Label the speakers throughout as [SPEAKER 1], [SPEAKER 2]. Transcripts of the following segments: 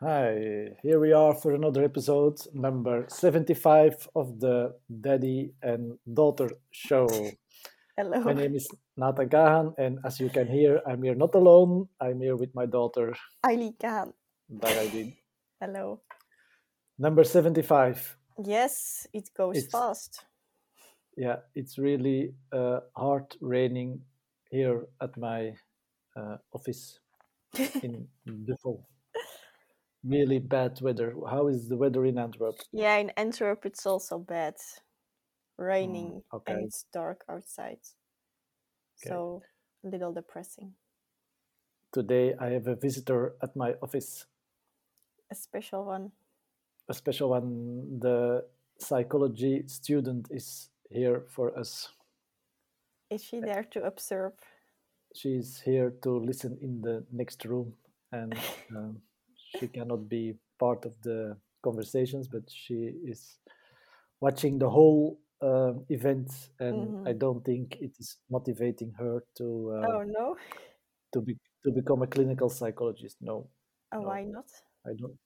[SPEAKER 1] Hi, here we are for another episode, number 75 of the Daddy and Daughter Show.
[SPEAKER 2] Hello.
[SPEAKER 1] My name is Nata Gahan, and as you can hear, I'm here not alone. I'm here with my daughter,
[SPEAKER 2] Eileen Kaan.
[SPEAKER 1] Daraidin.
[SPEAKER 2] Hello.
[SPEAKER 1] Number 75.
[SPEAKER 2] Yes, it goes
[SPEAKER 1] It's-
[SPEAKER 2] fast.
[SPEAKER 1] Yeah, it's really uh, hard raining here at my uh, office in Duffel. Really bad weather. How is the weather in Antwerp?
[SPEAKER 2] Yeah, in Antwerp it's also bad. Raining
[SPEAKER 1] Mm, okay.
[SPEAKER 2] and it's dark outside.
[SPEAKER 1] Okay.
[SPEAKER 2] So a little depressing.
[SPEAKER 1] Today I have a visitor at my office.
[SPEAKER 2] A special one.
[SPEAKER 1] a special one. The psychology student is here for us.
[SPEAKER 2] Is she there to observe?
[SPEAKER 1] She's here to listen in the next room, and um, she cannot be part of the conversations, but she is watching the whole um event, and I don't think it is motivating her to uh,
[SPEAKER 2] oh no.
[SPEAKER 1] to be to become a clinical psychologist. No,
[SPEAKER 2] Oh,
[SPEAKER 1] no.
[SPEAKER 2] why not?
[SPEAKER 1] I don't.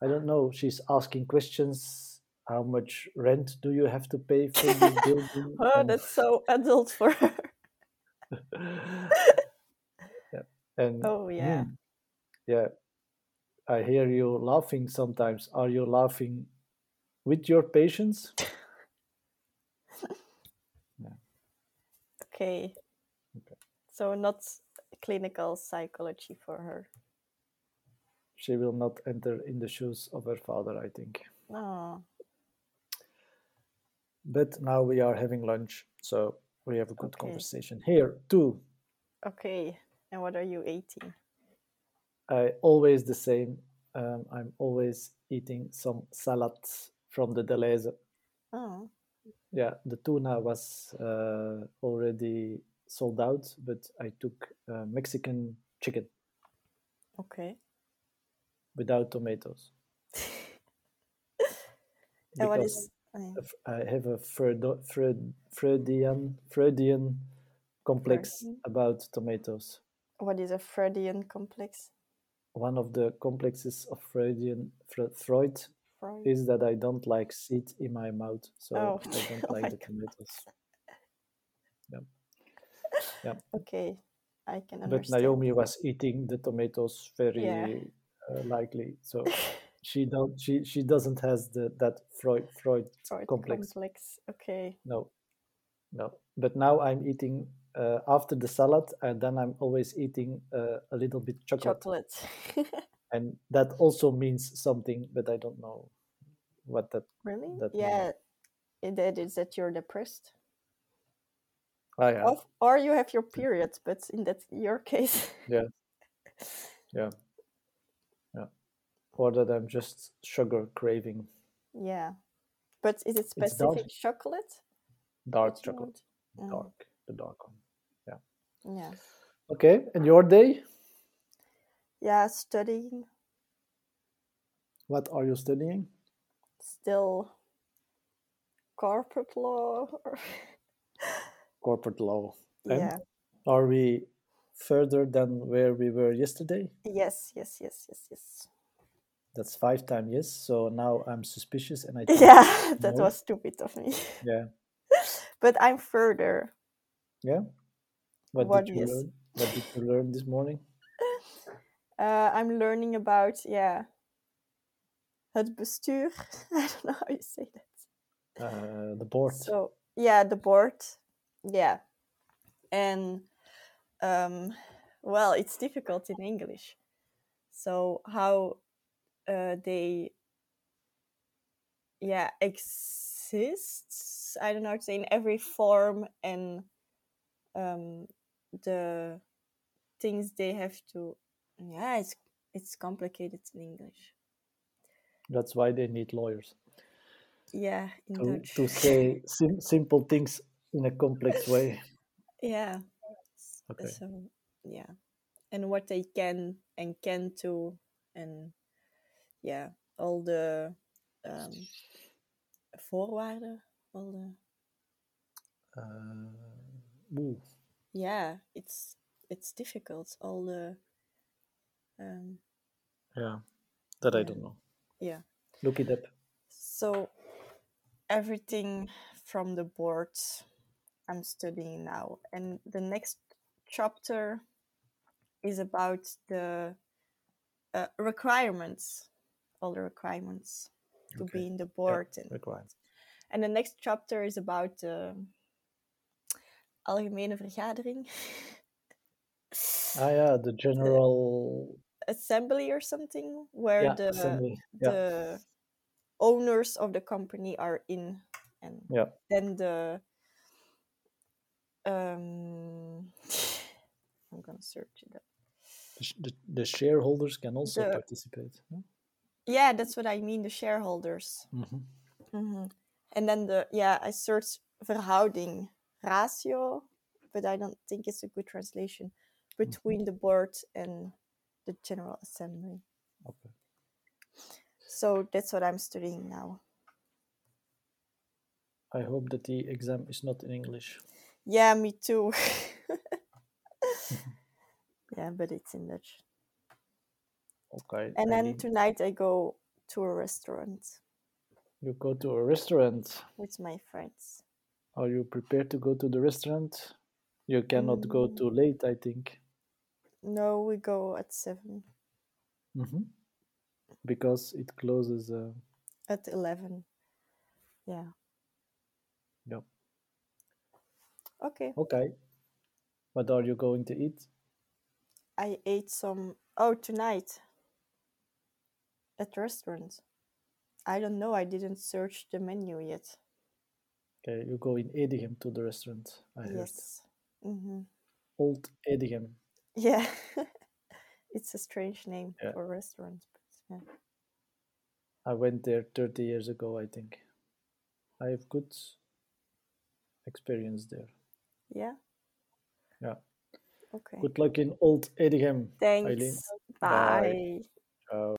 [SPEAKER 1] I don't know. She's asking questions. How much rent do you have to pay for this building?
[SPEAKER 2] Oh,
[SPEAKER 1] And-
[SPEAKER 2] that's so adult for her.
[SPEAKER 1] Yeah, And
[SPEAKER 2] Oh yeah.
[SPEAKER 1] hmm, yeah, I hear you laughing sometimes. Are you laughing with your patients?
[SPEAKER 2] Okay. So not clinical psychology for her.
[SPEAKER 1] She will not enter in the shoes of her father, I think.
[SPEAKER 2] Oh.
[SPEAKER 1] But now we are having lunch, so we have a good
[SPEAKER 2] Okay.
[SPEAKER 1] conversation here too.
[SPEAKER 2] Okay. And what are you eating?
[SPEAKER 1] I always the same. Um, I'm always eating some salad from the Deleuze.
[SPEAKER 2] Oh.
[SPEAKER 1] Yeah, the tuna was uh, already sold out, but I took uh, Mexican chicken
[SPEAKER 2] Okay.
[SPEAKER 1] without tomatoes.
[SPEAKER 2] And what
[SPEAKER 1] because
[SPEAKER 2] is uh,
[SPEAKER 1] of- I have a Freudo, Freud, Freudian, Freudian complex
[SPEAKER 2] Freudian?
[SPEAKER 1] about tomatoes.
[SPEAKER 2] what is a Freudian complex?
[SPEAKER 1] One of the complexes of Freudian Fre- Freud
[SPEAKER 2] Freud.
[SPEAKER 1] is that I don't like seed in my mouth, so
[SPEAKER 2] Oh.
[SPEAKER 1] I don't
[SPEAKER 2] Oh
[SPEAKER 1] like
[SPEAKER 2] my
[SPEAKER 1] the
[SPEAKER 2] God.
[SPEAKER 1] tomatoes. Yeah, yeah.
[SPEAKER 2] Okay, I can
[SPEAKER 1] But
[SPEAKER 2] understand.
[SPEAKER 1] Naomi was eating the tomatoes very
[SPEAKER 2] Yeah.
[SPEAKER 1] uh, likely, so she don't she she doesn't has the that Freud Freud
[SPEAKER 2] Freud
[SPEAKER 1] complex.
[SPEAKER 2] complex. Okay.
[SPEAKER 1] No, no. But now I'm eating uh, after the salad, and then I'm always eating uh, a little bit chocolate,
[SPEAKER 2] Chocolate.
[SPEAKER 1] and that also means something, but I don't know what that
[SPEAKER 2] really?
[SPEAKER 1] that means.
[SPEAKER 2] Yeah. it- That is that you're depressed,
[SPEAKER 1] Ah, yeah,
[SPEAKER 2] of, or you have your period. But in that your case,
[SPEAKER 1] yeah, yeah, yeah. Or that I'm just sugar craving.
[SPEAKER 2] yeah. But is it
[SPEAKER 1] It's dark,
[SPEAKER 2] specific chocolate
[SPEAKER 1] dark
[SPEAKER 2] that you
[SPEAKER 1] chocolate,
[SPEAKER 2] want? Oh,
[SPEAKER 1] dark, the dark one. Yeah.
[SPEAKER 2] yeah.
[SPEAKER 1] Okay, and your day?
[SPEAKER 2] Yeah. Studying
[SPEAKER 1] What are you studying?
[SPEAKER 2] still corporate law. or-
[SPEAKER 1] Corporate law. And
[SPEAKER 2] yeah.
[SPEAKER 1] are we further than where we were yesterday?
[SPEAKER 2] Yes. Yes. Yes. Yes. Yes.
[SPEAKER 1] That's five times yes. So now I'm suspicious and I think
[SPEAKER 2] Yeah, that
[SPEAKER 1] no.
[SPEAKER 2] was stupid of me.
[SPEAKER 1] Yeah.
[SPEAKER 2] But I'm further.
[SPEAKER 1] Yeah. What
[SPEAKER 2] What
[SPEAKER 1] did you
[SPEAKER 2] is?
[SPEAKER 1] learn? What did you learn this morning?
[SPEAKER 2] Uh, I'm learning about yeah, het bestuur. I don't know how you say that.
[SPEAKER 1] Uh, the board.
[SPEAKER 2] So yeah, the board. Yeah, and um, well, it's difficult in English. So how uh, they yeah exists? I don't know how to say in every form and um, the things they have to yeah it's it's complicated in english
[SPEAKER 1] That's why they need lawyers
[SPEAKER 2] yeah in
[SPEAKER 1] to,
[SPEAKER 2] dutch
[SPEAKER 1] to say sim- simple things in a complex way.
[SPEAKER 2] yeah S-
[SPEAKER 1] Okay.
[SPEAKER 2] so yeah and what they can and can do and yeah all the um voorwaarden all the
[SPEAKER 1] Uh, ooh,
[SPEAKER 2] yeah it's it's difficult all the um
[SPEAKER 1] yeah. That I
[SPEAKER 2] Yeah.
[SPEAKER 1] don't know.
[SPEAKER 2] yeah
[SPEAKER 1] Look it up.
[SPEAKER 2] so everything from the board i'm studying now and the next chapter is about the uh, requirements all the requirements to
[SPEAKER 1] Okay.
[SPEAKER 2] be in the board and
[SPEAKER 1] Required.
[SPEAKER 2] And the next chapter is about the algemene vergadering,
[SPEAKER 1] Ah, yeah, the general
[SPEAKER 2] assembly or something, where
[SPEAKER 1] yeah,
[SPEAKER 2] the
[SPEAKER 1] assembly. yeah.
[SPEAKER 2] the owners of the company are in, and
[SPEAKER 1] Yeah.
[SPEAKER 2] then the um, I'm gonna search it up.
[SPEAKER 1] The, sh- the- the shareholders can also
[SPEAKER 2] The-
[SPEAKER 1] participate. Hmm?
[SPEAKER 2] Yeah, that's what I mean. The shareholders,
[SPEAKER 1] Mm-hmm.
[SPEAKER 2] Mhm. and then the yeah, I searched verhouding ratio, but I don't think it's a good translation
[SPEAKER 1] Mm-hmm.
[SPEAKER 2] between the board and the general assembly.
[SPEAKER 1] Okay.
[SPEAKER 2] So that's what I'm studying now.
[SPEAKER 1] I hope that the exam is not in English.
[SPEAKER 2] Yeah, me too. yeah, but it's in Dutch.
[SPEAKER 1] Okay.
[SPEAKER 2] And then
[SPEAKER 1] Eileen,
[SPEAKER 2] tonight I go to a restaurant
[SPEAKER 1] you go to a restaurant.
[SPEAKER 2] with my friends.
[SPEAKER 1] Are you prepared to go to the restaurant? You cannot go
[SPEAKER 2] Mm.
[SPEAKER 1] too late, I think.
[SPEAKER 2] No, we go at seven,
[SPEAKER 1] Mm-hmm. Because it closes. Uh,
[SPEAKER 2] at eleven. Yeah.
[SPEAKER 1] yeah.
[SPEAKER 2] Okay.
[SPEAKER 1] Okay. What are you going to eat?
[SPEAKER 2] I ate some. Oh, tonight at restaurant. I don't know. I didn't search the menu yet.
[SPEAKER 1] Okay, you go in Edegem to the restaurant. I heard
[SPEAKER 2] Yes. Mm-hmm.
[SPEAKER 1] old Edegem.
[SPEAKER 2] Yeah. it's a strange name
[SPEAKER 1] Yeah.
[SPEAKER 2] for a restaurant. But yeah.
[SPEAKER 1] I went there 30 years ago, I think. I have good experience there.
[SPEAKER 2] yeah.
[SPEAKER 1] Yeah.
[SPEAKER 2] Okay.
[SPEAKER 1] Good luck in old Edegem.
[SPEAKER 2] Thanks.
[SPEAKER 1] Eileen.
[SPEAKER 2] Bye.
[SPEAKER 1] Bye. Uh,